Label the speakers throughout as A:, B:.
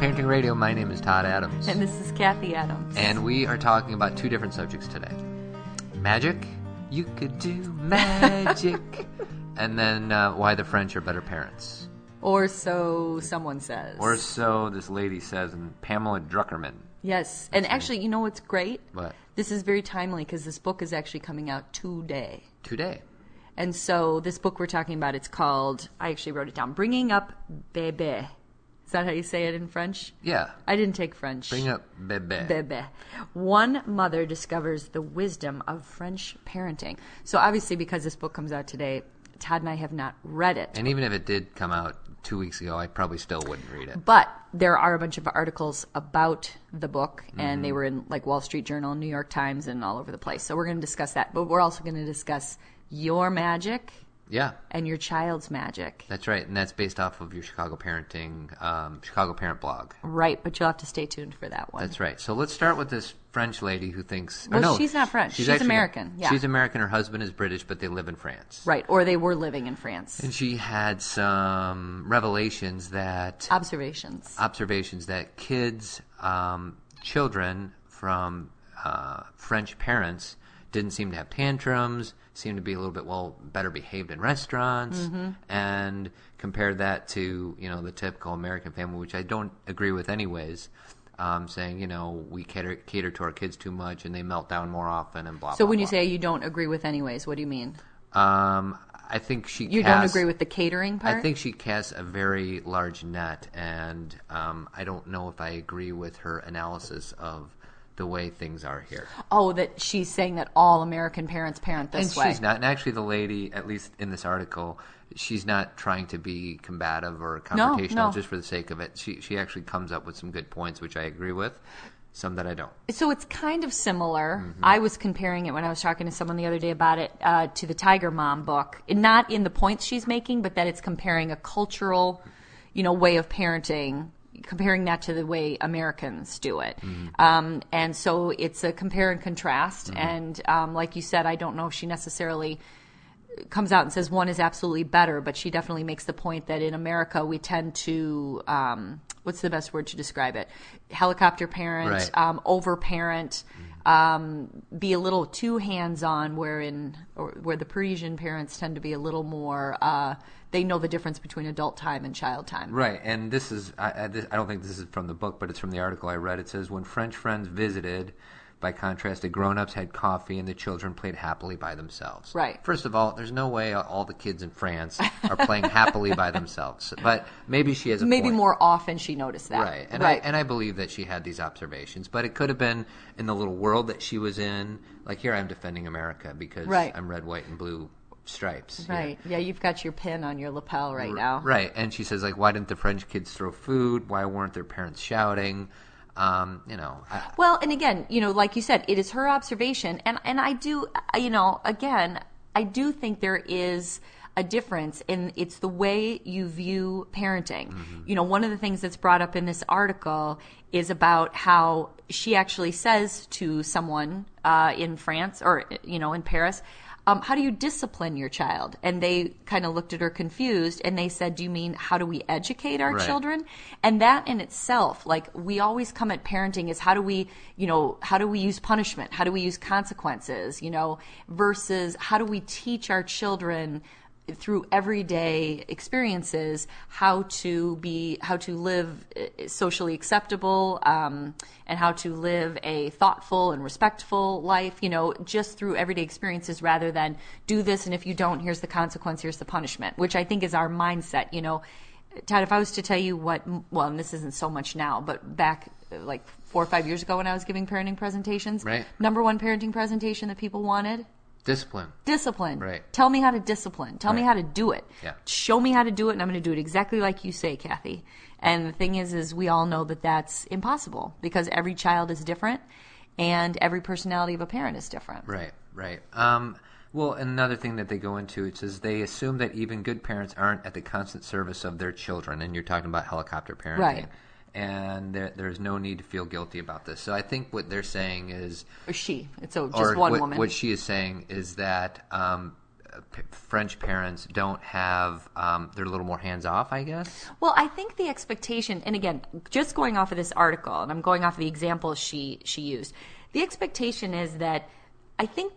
A: My name is Todd Adams.
B: And this is Kathy Adams.
A: And we are talking about two different subjects today magic, you could do magic, and then uh, why the French are better parents.
B: or so someone says.
A: Or so this lady says, and Pamela Druckerman.
B: yes. And actually, you know what's great?
A: What?
B: This is very timely because this book is actually coming out today.
A: Today.
B: And so this book we're talking about, it's called, I actually wrote it down, Bringing Up Bebe. Is that how you say it in French?
A: Yeah.
B: I didn't take French.
A: Bring up Bebe.
B: Bebe. One mother discovers the wisdom of French parenting. So obviously, because this book comes out today, Todd and I have not read it.
A: And even if it did come out two weeks ago, I probably still wouldn't read it.
B: But there are a bunch of articles about the book, and
A: Mm-hmm.
B: they were in like Wall Street Journal, New York Times, and all over the place. So we're going to discuss that. But we're also going to discuss your magic
A: Yeah,
B: and your child's magic.
A: that's right. And that's based off of your Chicago parenting, um, Chicago parent blog.
B: Right, but you'll have to stay tuned for that one.
A: That's right. So let's start with this French lady who thinks. or
B: Well,
A: no,
B: she's not French. She's
A: actually-
B: American. Yeah.
A: She's American. Her husband is British, but they live in France.
B: right, or they were living in France.
A: And she had some revelations that
B: Observations.
A: observations that kids, um, children from uh, French parents didn't seem to have tantrums, seemed to be a little bit well better behaved in restaurants,
B: Mm-hmm.
A: and compared that to you know the typical American family, which I don't agree with anyways. Um, saying you know we cater, cater to our kids too much and they melt down more often and blah.
B: So
A: blah,
B: when you
A: blah.
B: say you don't agree with, anyways, what do you mean?
A: um, I think she
B: You don't
A: casts-
B: agree with the catering part?
A: I think she casts a very large net, and um, I don't know if I agree with her analysis of the way things are here.
B: oh, that she's saying that all American parents parent
A: And
B: this way.
A: she's not. And actually, the lady, at least in this article, she's not trying to be combative or confrontational
B: no.
A: just for the sake of it. She she actually comes up with some good points, which I agree with. Some that I don't.
B: So it's kind of similar. I was comparing it when I was talking to someone the other day about it uh, to the Tiger Mom book, and not in the points she's making, but that it's comparing a cultural, you know, way of parenting, comparing that to the way Americans do it. Um, and so it's a compare and contrast. And um, like you said, I don't know if she necessarily comes out and says one is absolutely better, but she definitely makes the point that in America we tend to um, what's the best word to describe it? Helicopter parent,
A: Right.
B: um, over parent, um, be a little too hands on. Where in or where the Parisian parents tend to be a little more, uh, they know the difference between adult time and child time.
A: Right, and this is I, I, this, I don't think this is from the book, but it's from the article I read. It says when French friends visited, by contrast, the grown-ups had coffee and the children played happily by themselves.
B: Right.
A: First of all, there's no way all the kids in France are playing happily by themselves, but maybe she has a
B: Maybe
A: point.
B: more often she noticed that.
A: Right, and I and I believe that she had these observations, but it could have been in the little world that she was in. Like here, I'm defending America because
B: Right.
A: I'm red, white, and blue stripes. here.
B: Right. Yeah, you've got your pin on your lapel right now.
A: Right, and she says like, why didn't the French kids throw food? Why weren't their parents shouting? Um, you know, I,
B: Well, and again, you know, like you said, it is her observation, and and I do, uh, you know, again, I do think there is a difference, and it's the way you view parenting. You know, one of the things that's brought up in this article is about how she actually says to someone uh, in France or you know in Paris. Um, how do you discipline your child? And they kind of looked at her confused and they said, Do you mean how do we educate our
A: Right.
B: children? children. and that in itself like we always come at parenting is how do we you know how do we use punishment how do we use consequences you know versus how do we teach our children through everyday experiences how to be how to live eh, socially acceptable um, and how to live a thoughtful and respectful life you know just through everyday experiences rather than do this and if you don't here's the consequence here's the punishment which i think is our mindset you know Todd, if I was to tell you what, well, and this isn't so much now, but back uh, like four or five years ago when I was giving parenting presentations,
A: Right.
B: number one parenting presentation that people wanted
A: discipline.
B: discipline.
A: Right.
B: Tell me how to discipline. Tell me
A: Right.
B: how to do it.
A: Yeah.
B: Show me how to do it, and I'm going to do it exactly like you say, Kathy. And the thing is, is we all know that that's impossible because every child is different, and every personality of a parent is different.
A: Right, right. Um, well, another thing that they go into it says they assume that even good parents aren't at the constant service of their children, and you're talking about helicopter parenting.
B: Right.
A: And there, there's no need to feel guilty about this. So I think what they're saying is,
B: Or she. It's so just
A: or
B: one
A: what,
B: woman.
A: what she is saying is that um, p- French parents don't have, um, they're a little more hands off, I guess.
B: Well, I think the expectation, and again, just going off of this article, and I'm going off of the examples she she used. The expectation is that I think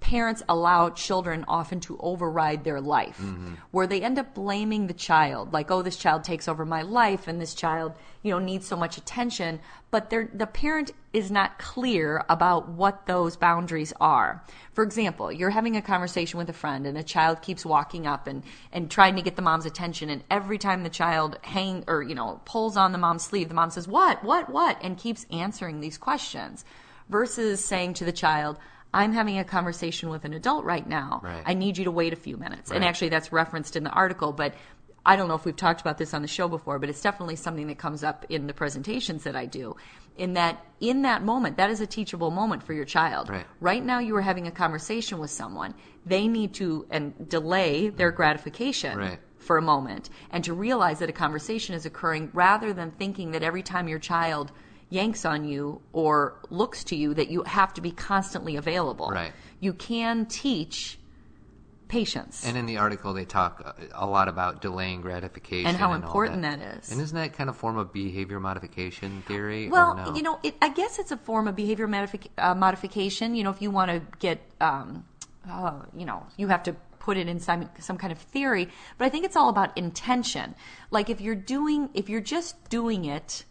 B: parents allow children often to override their life, where they end up blaming the child, like, "Oh, this child takes over my life, and this child, you know, needs so much attention." But they're- the parent is not clear about what those boundaries are. For example, you're having a conversation with a friend, and a child keeps walking up and and trying to get the mom's attention, and every time the child hang or you know pulls on the mom's sleeve, the mom says, "What? What? What?" and keeps answering these questions versus saying to the child, I'm having a conversation with an adult right now.
A: Right.
B: I need you to wait a few minutes. And
A: Right.
B: actually, that's referenced in the article, but I don't know if we've talked about this on the show before, but it's definitely something that comes up in the presentations that I do. In that, in that moment, that is a teachable moment for your child.
A: Right.
B: now, you are having a conversation with someone. They need to and delay their gratification
A: Right.
B: for a moment and to realize that a conversation is occurring rather than thinking that every time your child yanks on you or looks to you that you have to be constantly available
A: Right.
B: you can teach patience
A: And in the article, they talk uh, a lot about delaying gratification
B: And how
A: all
B: important
A: that.
B: that is.
A: And isn't that kind of form of behavior modification theory?
B: well
A: or no?
B: you know it, i guess it's a form of behavior modific- uh, modification you know if you want to get um, uh, you know you have to put it in some, some kind of theory but i think it's all about intention like if you're doing if you're just doing it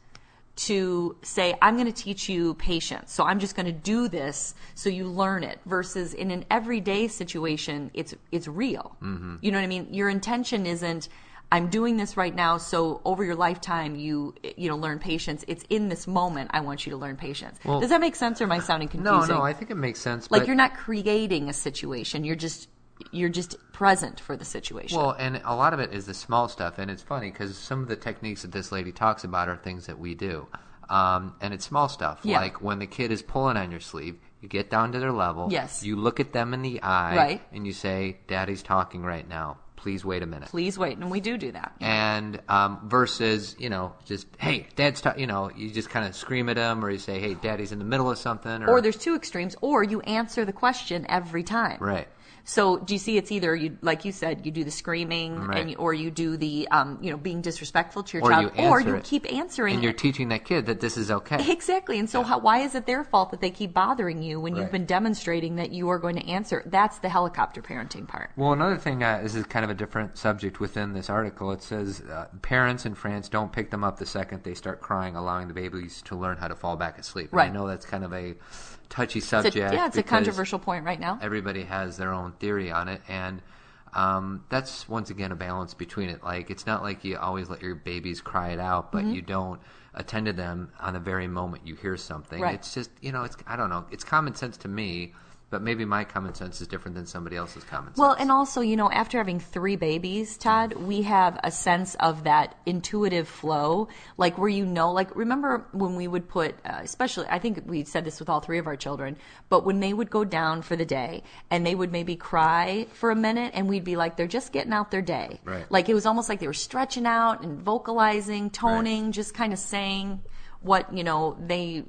B: to say, I'm going to teach you patience. So I'm just going to do this so you learn it versus in an everyday situation, it's, it's real. Mm-hmm. You know what I mean? Your intention isn't, I'm doing this right now. So over your lifetime, you, you know, learn patience. It's in this moment. I want you to learn patience. Does that make sense or am I sounding
A: no,
B: confusing?
A: no, I think it makes sense.
B: like
A: but,
B: you're not creating a situation. You're just, you're just present for the situation.
A: Well, and a lot of it is the small stuff, and it's funny because some of the techniques that this lady talks about are things that we do, um, and it's small stuff.
B: Yeah.
A: Like when the kid is pulling on your sleeve, you get down to their level.
B: Yes.
A: You look at them in the eye,
B: Right.
A: and you say, "Daddy's talking right now. Please wait a minute."
B: Please wait. And we do do that.
A: And um, versus, you know, just hey, dad's, ta-, you know, you just kind of scream at him, or you say, "Hey, daddy's in the middle of something," or,
B: Or there's two extremes, or you answer the question every time.
A: right.
B: So do you see? It's either you, like you said, you do the screaming,
A: Right.
B: and you, or you do the, um, you know, being disrespectful to your
A: Or
B: child,
A: you
B: or
A: answer
B: you
A: it,
B: keep answering.
A: And you're
B: it.
A: teaching that kid that this is okay.
B: exactly. And so, how, why is it their fault that they keep bothering you when you've
A: Right.
B: been demonstrating that you are going to answer? That's the helicopter parenting part.
A: Well, another thing, uh, this is kind of a different subject within this article. It says uh, parents in France don't pick them up the second they start crying, allowing the babies to learn how to fall back asleep. And
B: Right.
A: I know that's kind of a touchy
B: It's a-
A: subject.
B: yeah, it's a
A: because
B: controversial point right now.
A: Everybody has their own theory on it, and um, that's once again a balance between it. Like, it's not like you always let your babies cry it out, but you don't attend to them on the very moment you hear something.
B: Right.
A: It's just, you know, it's I don't know. It's common sense to me. But maybe my common sense is different than somebody else's common sense.
B: Well, and also, you know, after having three babies, Todd,
A: Mm-hmm.
B: we have a sense of that intuitive flow, like where you know, like remember when we would put, uh, especially, I think we said this with all three of our children, but when they would go down for the day and they would maybe cry for a minute, and we'd be like, they're just getting out their day,
A: Right.
B: Like it was almost like they were stretching out and vocalizing, toning, just kind of saying what you know they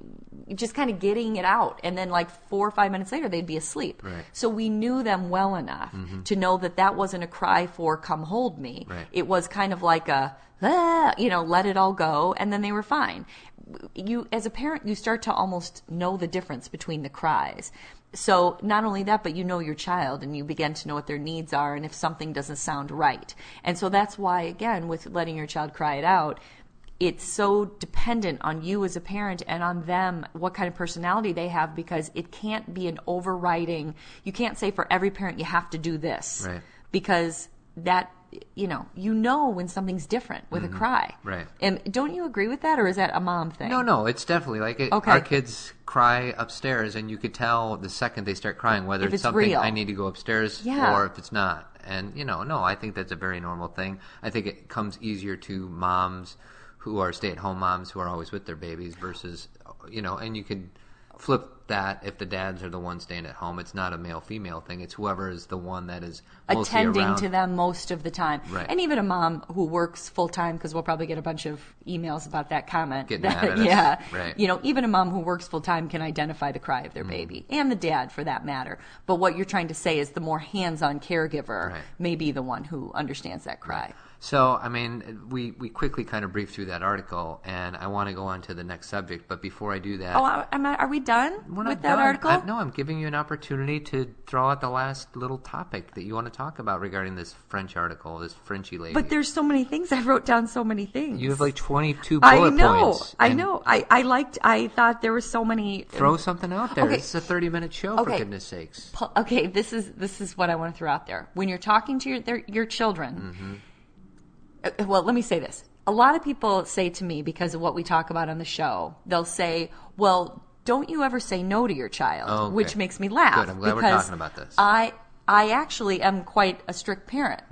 B: just kind of getting it out and then like four or five minutes later they'd be asleep
A: Right.
B: so we knew them well enough to know that that wasn't a cry for "come hold me."
A: Right.
B: It was kind of like a "Ah," you know, let it all go, and then they were fine. You, as a parent, you start to almost know the difference between the cries. So not only that, but you know your child, and you begin to know what their needs are, and if something doesn't sound right. And so that's why, again, with letting your child cry it out, it's so dependent on you as a parent and on them what kind of personality they have because it can't be an overriding you can't say for every parent you have to do this
A: Right.
B: because that you know you know when something's different with a cry
A: Mm-hmm. Right.
B: and don't you agree with that or is that a mom thing
A: No, no, it's definitely like it,
B: Okay.
A: our kids cry upstairs, and you could tell the second they start crying whether
B: If
A: it's,
B: it's
A: something
B: real.
A: I need to go upstairs
B: Yeah.
A: or if it's not. And you know, no, I think that's a very normal thing. I think it comes easier to moms who are stay-at-home moms who are always with their babies versus, you know, and you could flip that if the dads are the ones staying at home. It's not a male female thing. It's whoever is the one that is mostly
B: attending
A: around.
B: to them most of the time.
A: Right.
B: And even a mom who works full time, because we'll probably get a bunch of emails about that comment.
A: Getting
B: That-
A: mad at us.
B: yeah.
A: Right. Mm.
B: You know, even a mom who works full time can identify the cry of their baby and the dad for that matter. But what you're trying to say is the more hands on caregiver
A: Right.
B: may be the one who understands that cry.
A: So, I mean, we, we quickly kind of briefed through that article, and I want to go on to the next subject. But before I do that,
B: Oh, I- am I, are we done
A: we're not
B: with that
A: done.
B: article?
A: I- no, I'm giving you an opportunity to throw out the last little topic that you want to talk about regarding this French article, this Frenchy lady.
B: But there's so many things. I wrote down so many things.
A: you have like 22
B: I
A: bullet
B: know.
A: points.
B: I
A: and
B: know. I, I liked, I thought there were so many
A: Throw something out there.
B: Okay.
A: This is a 30 minute show, for
B: Okay.
A: goodness sakes.
B: pu- okay this is this is what i want to throw out there when you're talking to your their, your
A: Mm-hmm.
B: children Uh, well let me say this a lot of people say to me because of what we talk about on the show they'll say well don't you ever say no to your child
A: Oh, Okay.
B: which makes me laugh
A: Good. I'm glad we're
B: because
A: talking about this.
B: i i actually am quite a strict parent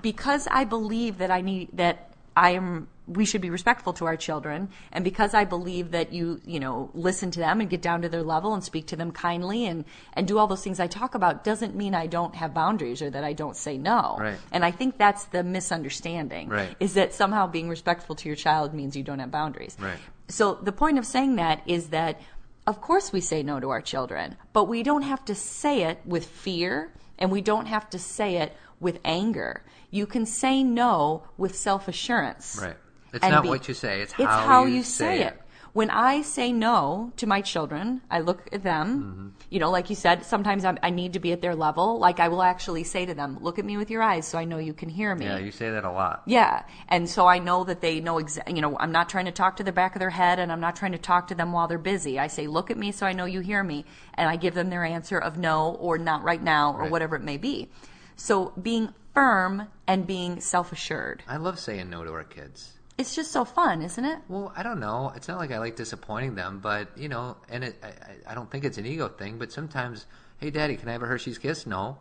B: because i believe that i need that i am we should be respectful to our children and because i believe that you you know listen to them and get down to their level and speak to them kindly and and do all those things i talk about doesn't mean i don't have boundaries or that i don't say no
A: Right.
B: and i think that's the misunderstanding
A: Right.
B: is that somehow being respectful to your child means you don't have boundaries
A: Right.
B: so the point of saying that is that, of course, we say no to our children, but we don't have to say it with fear and we don't have to say it with anger. You can say no with self assurance.
A: Right. It's
B: And
A: not
B: be-
A: what you say, it's,
B: It's
A: how,
B: you, say it. When I say no to my children, I look
A: Mm-hmm.
B: at them. You know, like you said, sometimes I'm, I need to be at their level. Like I will actually say to them, "Look at me with your eyes, so I know you can hear me."
A: Yeah, you say that a lot.
B: Yeah. And so I know that they know exactly, you know, I'm not trying to talk to the back of their head and I'm not trying to talk to them while they're busy. I say, look at me so I know you hear me. And I give them their answer of no or not right now or
A: Right.
B: whatever it may be. So being firm and being self assured.
A: I love saying no to our kids.
B: It's just so fun, isn't it?
A: Well, I don't know. It's not like I like disappointing them, but you know, and it, I, I- I don't think it's an ego thing. But sometimes, hey, Daddy, can I have a Hershey's kiss? No,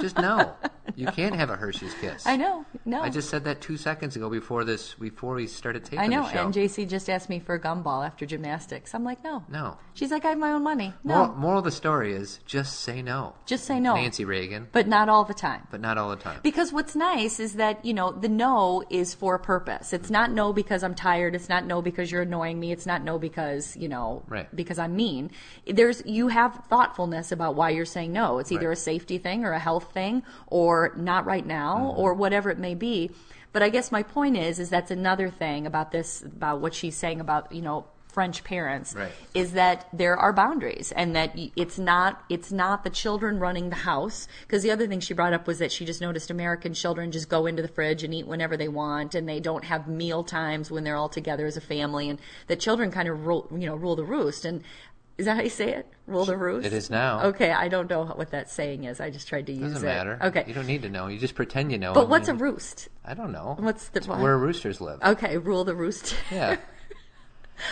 A: just no. You can't have a Hershey's kiss.
B: I know. No.
A: I just said that two seconds ago before this, before we started taping
B: I know.
A: the show.
B: And JC just asked me for a gumball after gymnastics. I'm like, no.
A: no.
B: She's like, I have my own money. No.
A: Moral, moral of the story is just say no.
B: just say no.
A: Nancy Reagan,
B: But not all the time.
A: but not all the time.
B: Because what's nice is that, you know, the no is for a purpose. It's not no because I'm tired. It's not no because you're annoying me. It's not no because, you know,
A: Right.
B: because I'm mean. There's, you have thoughtfulness about why you're saying no. It's either
A: Right.
B: a safety thing or a health thing or not right now
A: Mm-hmm.
B: or whatever it may be. But I guess my point is, is that's another thing about this, about what she's saying about, you know, French parents
A: Right.
B: is that there are boundaries and that y- it's not it's not the children running the house because the other thing she brought up was that she just noticed American children just go into the fridge and eat whenever they want and they don't have meal times when they're all together as a family and that children kind of rule you know rule the roost and is that how you say it rule the roost
A: It is now.
B: okay I don't know what that saying is I just tried to use
A: Doesn't
B: it
A: matter. You
B: okay
A: don't need to know. You just pretend you know.
B: but
A: and
B: what's a
A: then-
B: roost
A: I don't know.
B: what's the-
A: It's where roosters live?
B: okay rule the roost
A: Yeah.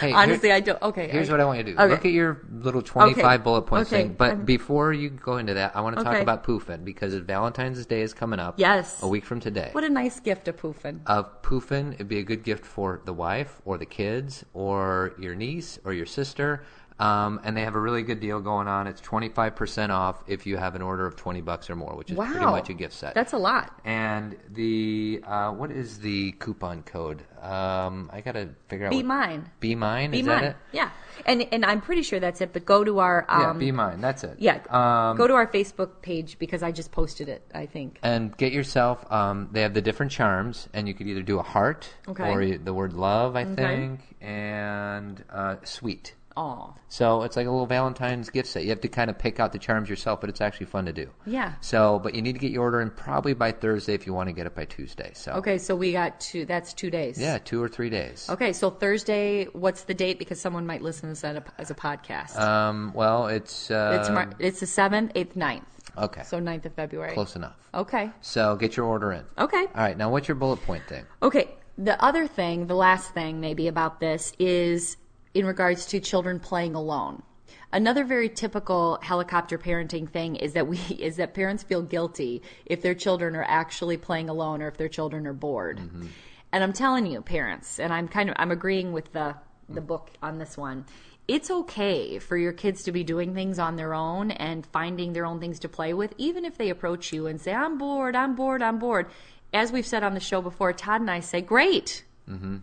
A: Hey, here-
B: honestly I don't okay
A: Here's
B: I-
A: what I want you to do.
B: okay.
A: Look at your little 25
B: Okay.
A: bullet point
B: Okay.
A: thing. But
B: I'm-
A: before you go into that, I want to talk
B: Okay.
A: about Poofin because Valentine's Day is coming up.
B: Yes.
A: A week from today.
B: what a nice gift of poofin
A: of Poofin, it'd be a good gift for the wife or the kids or your niece or your sister. Um, and they have a really good deal going on. It's 25% off if you have an order of 20 bucks or more, which is
B: wow
A: pretty much a gift set.
B: that's a lot
A: and the uh, what is the coupon code? Um, I gotta figure out.
B: Be
A: what-
B: mine.
A: Be mine.
B: Be
A: is
B: mine.
A: that it?
B: Yeah. And and I'm pretty sure that's it, but go to our
A: Yeah,
B: um
A: be mine. That's it.
B: yeah,
A: Um,
B: go to our Facebook page because I just posted it, I think.
A: and get yourself. Um, they have the different charms, and you could either do a heart
B: Okay.
A: or you- the word love, I
B: Okay.
A: think, and uh, sweet.
B: Oh.
A: So it's like a little Valentine's gift set. You have to kind of pick out the charms yourself, but it's actually fun to do.
B: Yeah.
A: So, but you need to get your order in probably by Thursday if you want to get it by Tuesday. So
B: Okay, so we got two that's 2 days.
A: yeah, two or three days.
B: Okay, so Thursday, what's the date because someone might listen to this as a, as a podcast.
A: Um, well, it's uh,
B: it's Mar- it's the 7th, 8th, 9th.
A: okay,
B: So 9th of February.
A: close enough.
B: Okay.
A: So get your order in.
B: Okay.
A: All right, now what's your bullet point thing?
B: Okay. The other thing, the last thing maybe about this is in regards to children playing alone. Another very typical helicopter parenting thing is that we is that parents feel guilty if their children are actually playing alone or if their children are bored. And I'm telling you, parents, and I'm kind of I'm agreeing with the the book on this one it's okay for your kids to be doing things on their own and finding their own things to play with, even if they approach you and say, I'm bored, I'm bored, I'm bored. As we've said on the show before, Todd and I say, Great,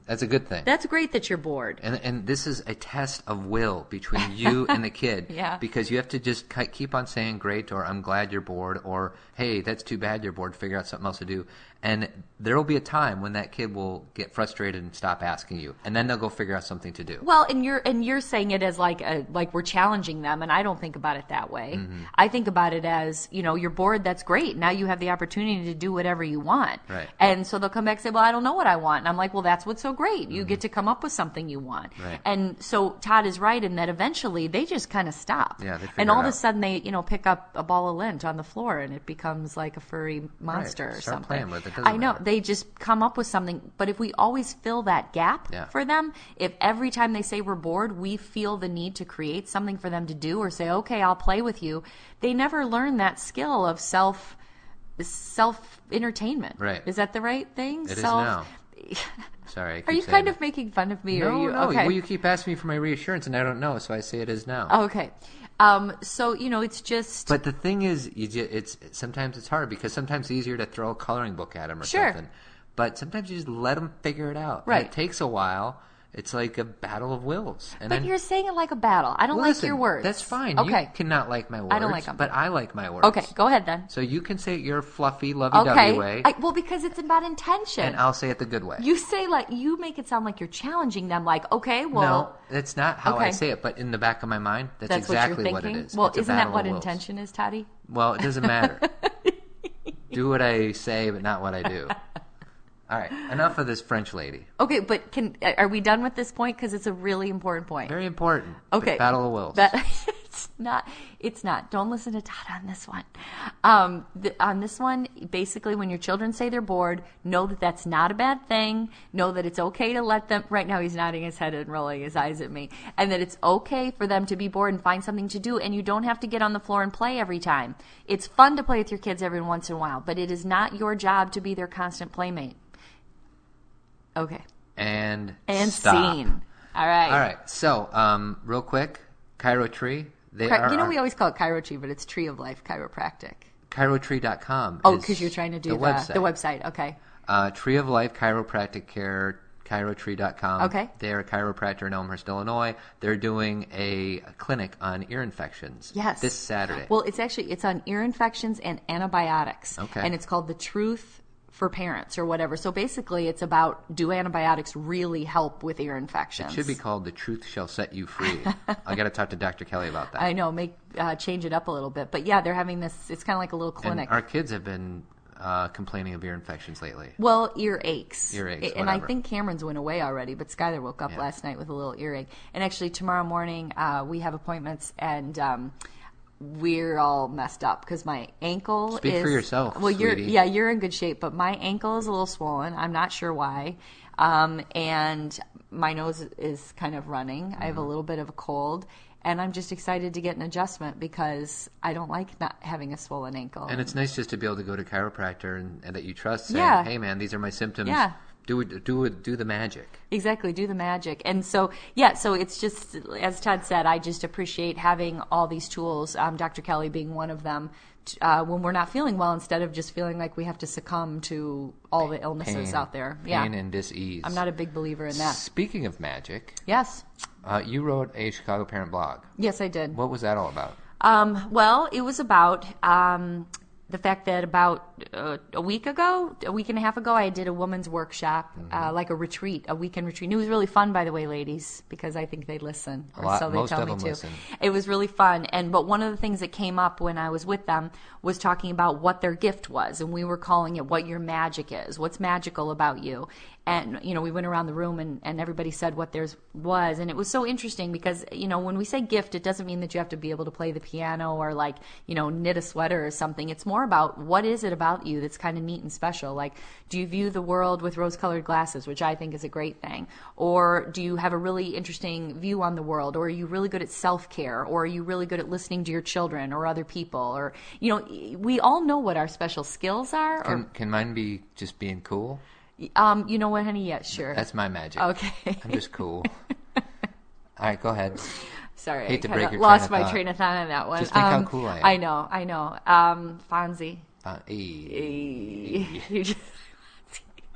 A: That's a good thing.
B: that's great that you're bored.
A: and, and this is a test of will between you and the kid.
B: Yeah.
A: Because you have to just ki- keep on saying, great, or I'm glad you're bored, or hey, that's too bad you're bored, figure out something else to do. And there will be a time when that kid will get frustrated and stop asking you. And then they'll go figure out something to do.
B: Well, and you're and you're saying it as like a like we're challenging them, and I don't think about it that way.
A: Mm-hmm.
B: I think about it as you know you're bored. That's great. Now you have the opportunity to do whatever you want.
A: Right.
B: And so they'll come back and say, "Well, I don't know what I want," and I'm like, "Well, that's what's so great. You get to come up with something you want."
A: Mm-hmm. Right.
B: And so Todd is right in that eventually they just kind of stop.
A: Yeah, they figure
B: and all
A: it
B: of a
A: out.
B: sudden they you know pick up a ball of lint on the floor and it becomes like a furry monster or
A: Start
B: something.
A: playing with it. Doesn't
B: I know
A: matter.
B: they just come up with something. But if we always fill that gap
A: Yeah.
B: for them, if every time they say we're bored, we feel the need to create something for them to do or say, okay, I'll play with you, they never learn that skill of self self entertainment.
A: Right.
B: Is that the right thing?
A: It is
B: self.
A: now. Sorry. I
B: Are
A: keep
B: you
A: saying
B: kind
A: that.
B: of making fun of me? or
A: No,
B: are you,
A: no.
B: Okay.
A: Well, you keep asking me for my reassurance, and I don't know, so I say it is now.
B: okay. Um, so you know, it's just
A: But the thing is, you ju- it's sometimes it's hard because sometimes it's easier to throw a coloring book at them or
B: Sure.
A: something. But sometimes you just let them figure it out. And
B: Right.
A: it takes a while. It's like a battle of wills. And
B: but
A: then,
B: you're saying it like a battle. I don't
A: Well,
B: like
A: listen,
B: your words.
A: That's fine.
B: Okay.
A: You cannot like my words.
B: I don't like 'em.
A: But I like my words.
B: okay. Go ahead then.
A: So you can say it your fluffy, lovey-dovey
B: Okay.
A: way,
B: I, well, because it's about intention.
A: and I'll say it the good way.
B: You say like you make it sound like you're challenging them. Like, okay,
A: no,
B: well,
A: that's not how I
B: okay.
A: say it. But in the back of my mind, that's,
B: that's
A: exactly
B: what you're
A: what it
B: thinking.
A: is.
B: Well,
A: It's a
B: isn't that
A: battle
B: what
A: of wills.
B: intention is, Toddy?
A: Well, it doesn't matter. do what I say, but not what I do. All right, enough of this French lady.
B: Okay, but can are we done with this point? Because it's a really important point.
A: Very important.
B: Okay,
A: The Battle of Wills.
B: That- it's not. It's not. Don't listen to Todd on this one. Um, th- on this one, basically, when your children say they're bored, know that that's not a bad thing. Know that it's okay to let them. Right now, he's nodding his head and rolling his eyes at me, and that it's okay for them to be bored and find something to do. And you don't have to get on the floor and play every time. It's fun to play with your kids every once in a while, but it is not your job to be their constant playmate. Okay,
A: and
B: and
A: stop.
B: scene. All right.
A: All right, so um, real quick, Cairo Tree. They
B: Chi-
A: are
B: you know,
A: our-
B: we always call it chirotree, but it's tree of life chiropractic.
A: CairoTree.com.
B: Oh,
A: is
B: because you're trying to do
A: the,
B: the,
A: website.
B: the website. Okay.
A: Uh, Tree of Life Chiropractic Care, chirotree.com.
B: Okay.
A: They're a chiropractor in Elmhurst, Illinois. They're doing a clinic on ear infections.
B: Yes.
A: This Saturday.
B: Well, it's actually it's on ear infections and antibiotics.
A: Okay.
B: And it's called the Truth for Parents or whatever. So basically, it's about do antibiotics really help with ear infections?
A: should be called The Truth Shall Set You Free. I got to talk to Dr. Kelly about that.
B: I know, make uh, change it up a little bit, but yeah, they're having this. It's kind of like a little
A: And
B: clinic.
A: our kids have been uh, complaining of ear infections lately.
B: Well, ear aches.
A: Ear aches,
B: A- And I
A: whatever.
B: think Cameron's went away already, but Skylar woke up last night with a little earache. And actually, tomorrow morning, uh, we have appointments and. Um, we're all messed up because my ankle
A: Speak
B: is
A: for yourself,
B: Well, you're
A: sweetie.
B: yeah, you're in good shape, but my ankle is a little swollen. I'm not sure why, um, and my nose is kind of running. I
A: Mm-hmm.
B: have a little bit of a cold, and I'm just excited to get an adjustment because I don't like not having a swollen ankle.
A: And it's nice just to be able to go to chiropractor and, and that you trust. Saying,
B: Yeah.
A: Hey, man, these are my symptoms.
B: Yeah.
A: Do it. Do it. Do the magic.
B: Exactly, do the magic. And so, yeah, so it's just, as Todd said, I just appreciate having all these tools, um, Dr. Kelly being one of them, t- uh, when we're not feeling well, instead of just feeling like we have to succumb to all the illnesses
A: Pain.
B: out there. Yeah.
A: Pain and dis-ease.
B: I'm not a big believer in that.
A: Speaking of magic,
B: Yes.
A: uh, you wrote a Chicago Parent blog.
B: Yes, I did.
A: What was that all about?
B: Um, well, it was about um, the fact that about uh, a week ago, a week and a half ago, I did a woman's workshop,
A: Mm-hmm.
B: uh, like a retreat, a weekend retreat. And it was really fun, by the way, ladies, because I think they listen, or
A: lot-
B: so they
A: most
B: tell
A: of
B: me
A: them
B: to.
A: listen.
B: It was really fun, and but one of the things that came up when I was with them was talking about what their gift was, and we were calling it what your magic is, what's magical about you, and you know we went around the room and and everybody said what theirs was, and it was so interesting because you know when we say gift, it doesn't mean that you have to be able to play the piano or like you know knit a sweater or something. It's more about what is it about you that's kind of neat and special. Like, do you view the world with rose-colored glasses, which I think is a great thing, or do you have a really interesting view on the world, or are you really good at self-care, or are you really good at listening to your children or other people, or you know, we all know what our special skills are.
A: Can, can mine be just being cool?
B: or, um, you know what, honey? Yeah, sure.
A: That's my magic.
B: Okay.
A: I'm just cool. All right, go ahead.
B: Sorry,
A: Hate to
B: I
A: break
B: kinda
A: your train
B: lost
A: of
B: my
A: thought.
B: train of thought on that one. Um,
A: Just think how cool I am.
B: I know, I know. Um, Fonzie.
A: Uh, e-
B: You just-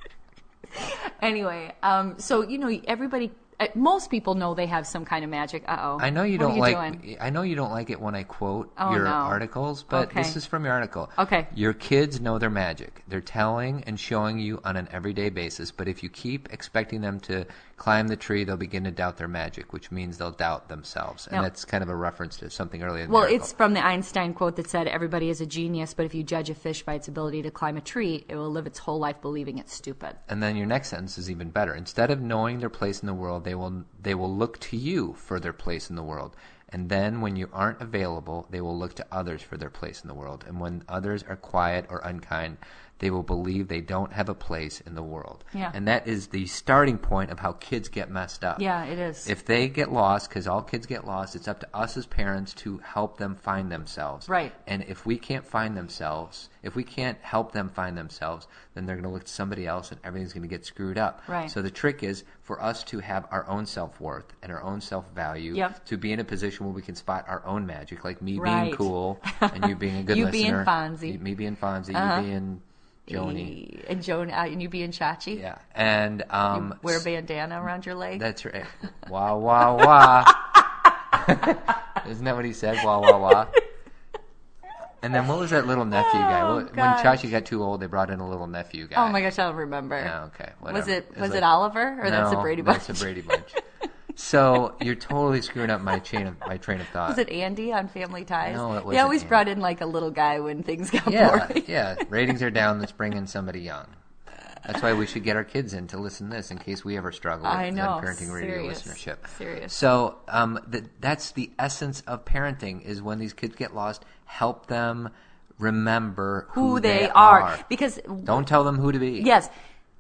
B: anyway, um, so you know, everybody, uh, most people know they have some kind of magic. Uh oh.
A: I know you don't
B: are you
A: like.
B: Doing?
A: I know you don't like it when I quote
B: Oh,
A: your
B: no.
A: articles, but
B: Okay.
A: this is from your article.
B: Okay.
A: Your kids know their magic. They're telling and showing you on an everyday basis. But if you keep expecting them to climb the tree, they'll begin to doubt their magic, which means they'll doubt themselves. And
B: No.
A: that's kind of a reference to something earlier. In the
B: Well,
A: article.
B: it's from the Einstein quote that said, "Everybody is a genius, but if you judge a fish by its ability to climb a tree, it will live its whole life believing it's stupid."
A: and then your next sentence is even better. Instead of knowing their place in the world, they will they will look to you for their place in the world. And then when you aren't available, they will look to others for their place in the world. And when others are quiet or unkind, they will believe they don't have a place in the world.
B: Yeah.
A: And that is the starting point of how kids get messed up.
B: Yeah, it is.
A: Uh, If they get lost, because all kids get lost, it's up to us as parents to help them find themselves.
B: Right.
A: And if we can't find themselves, if we can't help them find themselves, then they're going to look to somebody else and everything's going to get screwed up.
B: Right.
A: So the trick is for us to have our own self worth and our own self value
B: Yep.
A: to be in a position where we can spot our own magic, like me
B: Right.
A: being cool and you being a good
B: You being
A: listener.
B: Fonzie. Uh-huh.
A: Me being Fonzie, you being Joni.
B: and Joan, uh, and you being Chachi,
A: Yeah. And um,
B: wear a bandana around your leg.
A: that's right. Wah wah wah. Isn't that what he said? Wah wah wah. And then what was that little nephew guy?
B: Oh,
A: What- when
B: gosh.
A: Chachi got too old, they brought in a little nephew guy.
B: oh my gosh, I don't remember.
A: Yeah, okay. Whatever.
B: was it
A: It's
B: was
A: like-
B: it Oliver or that's a
A: No,
B: Brady Bunch?
A: That's a Brady Bunch. so you're totally screwing up my chain of my train of thought.
B: Was it Andy on Family Ties?
A: No, it
B: They
A: wasn't
B: always
A: Andy.
B: brought in like a little guy when things got
A: yeah,
B: boring.
A: yeah. Ratings are down. Let's bring in somebody young. That's why we should get our kids in to listen to this in case we ever struggle with
B: I know,
A: parenting radio
B: serious,
A: listenership.
B: serious.
A: So um, th- that's the essence of parenting is when these kids get lost, help them remember who,
B: Who they, are. Because
A: Don't tell them who to be.
B: yes,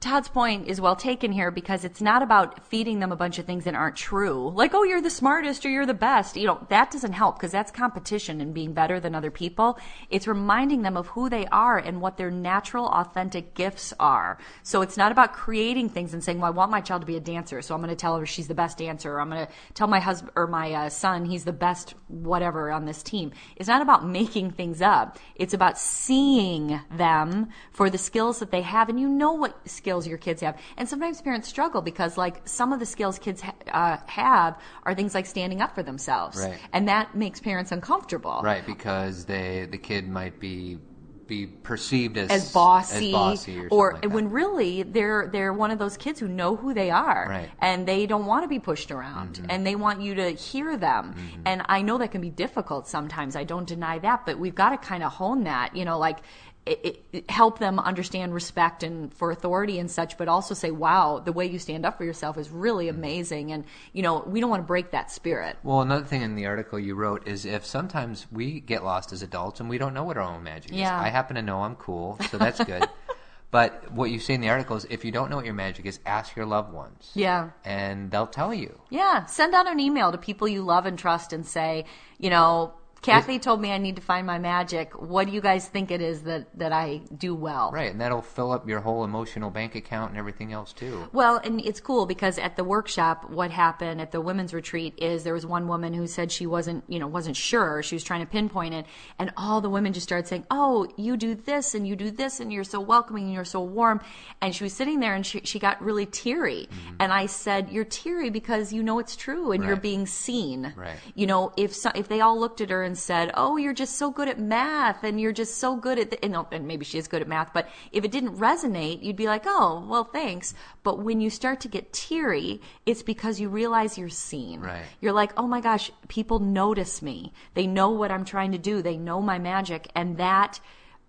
B: Todd's point is well taken here because it's not about feeding them a bunch of things that aren't true. Like, oh, you're the smartest or you're the best. You know, that doesn't help because that's competition and being better than other people. It's reminding them of who they are and what their natural, authentic gifts are. So it's not about creating things and saying, well, I want my child to be a dancer, so I'm going to tell her she's the best dancer. Or I'm going to tell my husband or my uh, son he's the best whatever on this team. It's not about making things up. It's about seeing them for the skills that they have, and you know what skills your kids have. And sometimes parents struggle because, like, some of the skills kids ha- uh, have are things like standing up for themselves,
A: Right.
B: and that makes parents uncomfortable.
A: Right, because they the kid might be be perceived as
B: as bossy,
A: as bossy or, something like that.
B: when really they're they're one of those kids who know who they are
A: Right. Mm-hmm.
B: and they don't want to be pushed around and they want you to hear them and I know that can be difficult sometimes I don't deny that but we've got to kind of hone that you know like it, it, it- help them understand respect and for authority and such but also say wow the way you stand up for yourself is really
A: Mm-hmm.
B: amazing and you know we don't want to break that spirit
A: Well, another thing in the article you wrote is if sometimes we get lost as adults and we don't know what our own magic
B: Yeah.
A: is. I happen to know I'm cool, so that's good. but what you say in the article is if you don't know what your magic is, ask your loved ones.
B: yeah
A: And they'll tell you.
B: Yeah, send out an email to people you love and trust and say, you know, Kathy told me I need to find my magic. What do you guys think it is that that I do well?
A: Right, and that'll fill up your whole emotional bank account and everything else too.
B: Well, and it's cool because at the workshop, what happened at the women's retreat is there was one woman who said she wasn't, you know, wasn't sure. She was trying to pinpoint it, and all the women just started saying, "Oh, you do this and you do this, and you're so welcoming and you're so warm." And she was sitting there, and she she got really teary. And I said, "You're teary because you know it's true, and
A: Mm-hmm.
B: you're
A: Right.
B: being seen."
A: Right.
B: You know, if so, if they all looked at her and said, "Oh, you're just so good at math, and you're just so good at," th-, and, no, and maybe she is good at math, but if it didn't resonate, you'd be like, "Oh, well, thanks." But when you start to get teary, it's because you realize you're seen.
A: Right.
B: You're like, "Oh my gosh, people notice me. They know what I'm trying to do. They know my magic, and that."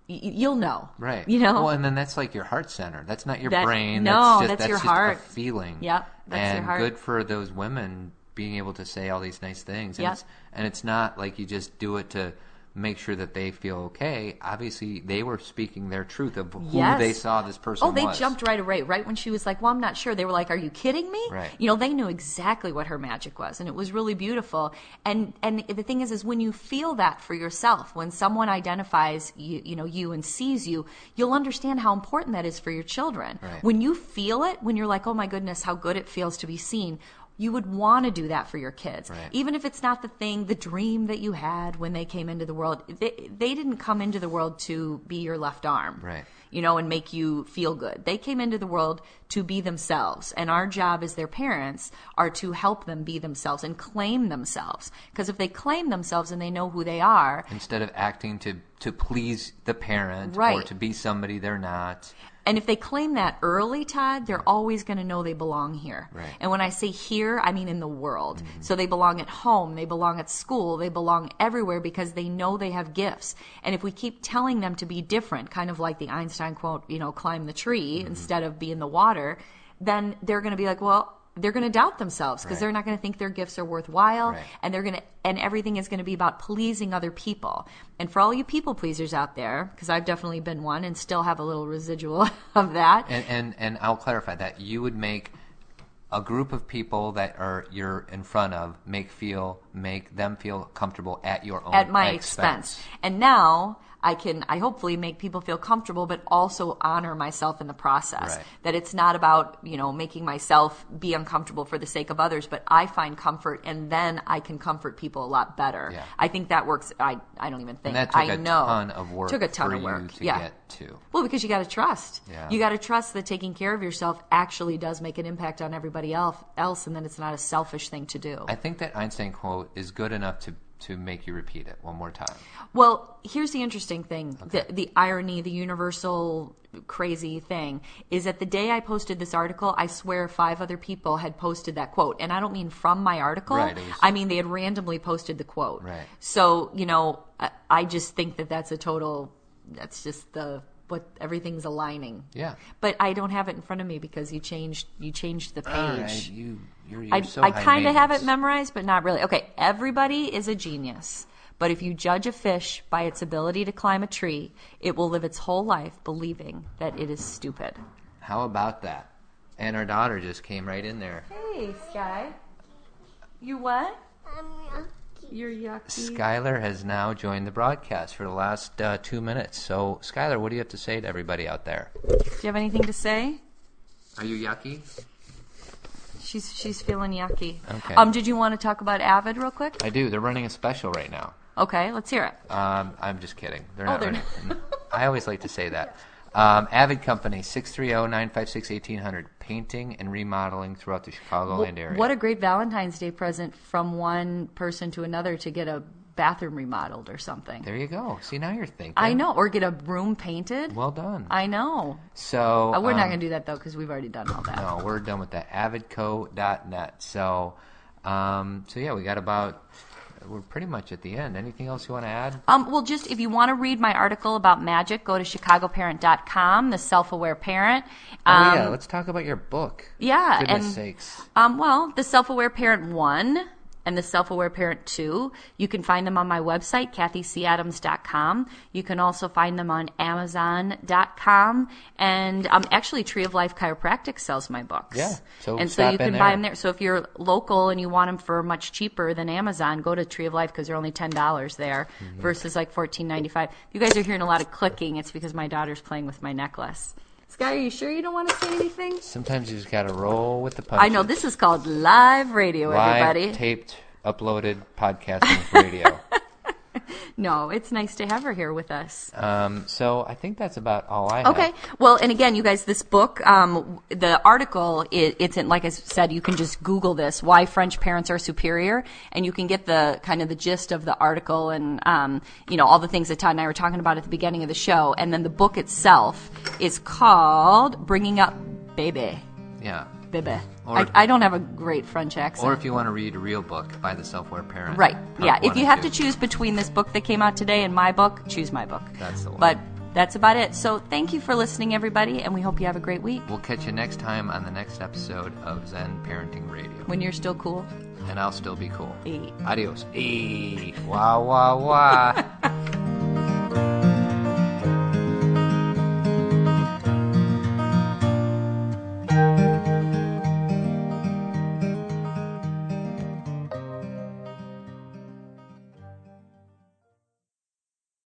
B: y- y- You'll know,
A: Right.
B: You know,
A: Well, and then that's like your heart center. That's not your
B: That-
A: brain.
B: no,
A: that's just,
B: that's your
A: just
B: heart.
A: A feeling.
B: Yep, that's your
A: and
B: heart.
A: good for those women being able to say all these nice things. And,
B: Yep.
A: it's, and it's not like you just do it to make sure that they feel okay. Obviously, they were speaking their truth of who
B: Yes.
A: they saw this person.
B: Oh, they
A: was.
B: jumped right away. Right when she was like, "Well, I'm not sure," they were like, "Are you kidding me?"
A: Right.
B: You know, they knew exactly what her magic was, and it was really beautiful. And and the thing is, is when you feel that for yourself, when someone identifies you, you know, you and sees you, you'll understand how important that is for your children.
A: Right.
B: When you feel it, when you're like, "Oh my goodness, how good it feels to be seen." you would want to do that for your kids.
A: Right.
B: Even if it's not the thing, the dream that you had when they came into the world, they, they didn't come into the world to be your left arm,
A: Right.
B: you know, and make you feel good. They came into the world to be themselves. And our job as their parents are to help them be themselves and claim themselves. Because if they claim themselves and they know who they are,
A: Instead of acting to to please the parent or
B: Right.
A: to be somebody they're not.
B: And if they claim that early, Todd, they're always going to know they belong here.
A: Right. Mm-hmm.
B: And when I say here, I mean in the world. So they belong at home, they belong at school, they belong everywhere because they know they have gifts. And if we keep telling them to be different, kind of like the Einstein quote, you know, climb the tree
A: Mm-hmm.
B: instead of be in the water, then they're going to be like, well, they're going to doubt themselves because
A: Right.
B: they're not going to think their gifts are worthwhile
A: Right.
B: and they're going to and everything is going to be about pleasing other people and for all you people pleasers out there because i've definitely been one and still have a little residual of that
A: And and and I'll clarify that you would make a group of people that are you're in front of make feel make them feel comfortable at your own
B: at my expense. and now i can i hopefully make people feel comfortable but also honor myself in the process
A: Right.
B: that it's not about you know making myself be uncomfortable for the sake of others but i find comfort and then i can comfort people a lot better
A: Yeah.
B: i think that works i, I don't even
A: And
B: think
A: that took
B: I
A: a
B: know
A: ton of work
B: took a ton
A: for
B: of work
A: you to
B: yeah
A: get to.
B: Well, because you got to trust.
A: Yeah.
B: You got to trust that taking care of yourself actually does make an impact on everybody else, else, and that it's not a selfish thing to do.
A: I think that Einstein quote is good enough to to make you repeat it one more time.
B: well, here's the interesting thing: the, the irony, the universal crazy thing is that the day I posted this article, I swear five other people had posted that quote, and I don't mean from my article.
A: Right, it was-
B: I mean they had randomly posted the quote.
A: Right.
B: So you know, I, I just think that that's a total. That's just the what everything's aligning.
A: Yeah.
B: But I don't have it in front of me because you changed you changed the page.
A: Alright, you, Ah, you're, you're
B: I,
A: so
B: I
A: high
B: kind of have it
A: maintenance.
B: memorized, but not really. Okay, everybody is a genius. But if you judge a fish by its ability to climb a tree, it will live its whole life believing that it is stupid.
A: How about that? And our daughter just came right in there.
B: Hey, Sky. You what?
C: I'm lucky.
B: You're yucky.
A: Skylar has now joined the broadcast for the last uh, two minutes. So, Skylar, what do you have to say to everybody out there?
B: Do you have anything to say?
A: Are you yucky?
B: She's she's feeling yucky.
A: Okay.
B: Um, did you want to talk about Avid real quick?
A: I do. They're running a special right now.
B: Okay, let's hear it.
A: Um, I'm just kidding. They're
B: Oh,
A: not
B: they're
A: running.
B: not.
A: I always like to say that. Um, Avid Company, oh, 630 956 1800, painting and remodeling throughout the Chicagoland area.
B: What a great Valentine's Day present from one person to another to get a bathroom remodeled or something.
A: there you go. See, now you're thinking.
B: I know, or get a room painted.
A: Well done.
B: I know.
A: so,
B: Uh, we're
A: um,
B: not going to do that though because we've already done all that.
A: No, we're done with that. Avidco.net. So, um, so yeah, we got about. We're pretty much at the end. Anything else you want to add?
B: Um, well, just if you want to read my article about magic, go to chicagoparent.com, the self-aware parent.
A: oh
B: Um,
A: yeah, let's talk about your book.
B: yeah,
A: goodness
B: and-
A: sakes.
B: Um, well, the Self Aware Parent 1 and the Self Aware Parent 2. You can find them on my website, kathycadams.com. You can also find them on amazon.com. And um, actually, Tree of Life Chiropractic sells my books.
A: Yeah, so
B: and so
A: stop in
B: you can buy
A: there.
B: them there. So if you're local and you want them for much cheaper than Amazon, go to Tree of Life because they're only $10 there
A: Mm-hmm.
B: versus like $14.95. You guys are hearing a lot of clicking. It's because my daughter's playing with my necklace. Sky, are you sure you don't want to say anything?
A: Sometimes you just got to roll with the punches.
B: I know this is called live radio,
A: Live,
B: everybody.
A: taped, uploaded, podcasting with radio.
B: no, it's nice to have her here with us.
A: um, so I think that's about all I have.
B: Okay. Well, and again, you guys, this book, um, the article, it, it's in, like I said, you can just Google this, Why French Parents Are Superior, and you can get the kind of the gist of the article and, um, you know, all the things that Todd and I were talking about at the beginning of the show. And then the book itself is called Bringing Up Baby.
A: Yeah.
B: Baby.
A: Or-
B: I, I don't have a great French accent.
A: Or if you want to read a real book by the self-aware parent.
B: Right.
A: part
B: Yeah. If
A: one
B: you
A: and
B: have
A: two.
B: to choose between this book that came out today and my book, choose my book.
A: That's the one.
B: But that's about it. So thank you for listening, everybody, and we hope you have a great week
A: We'll catch you next time on the next episode of Zen Parenting Radio.
B: when you're still cool.
A: And I'll still be cool.
B: Eh.
A: Adios. Eh. Wah, wah, wah.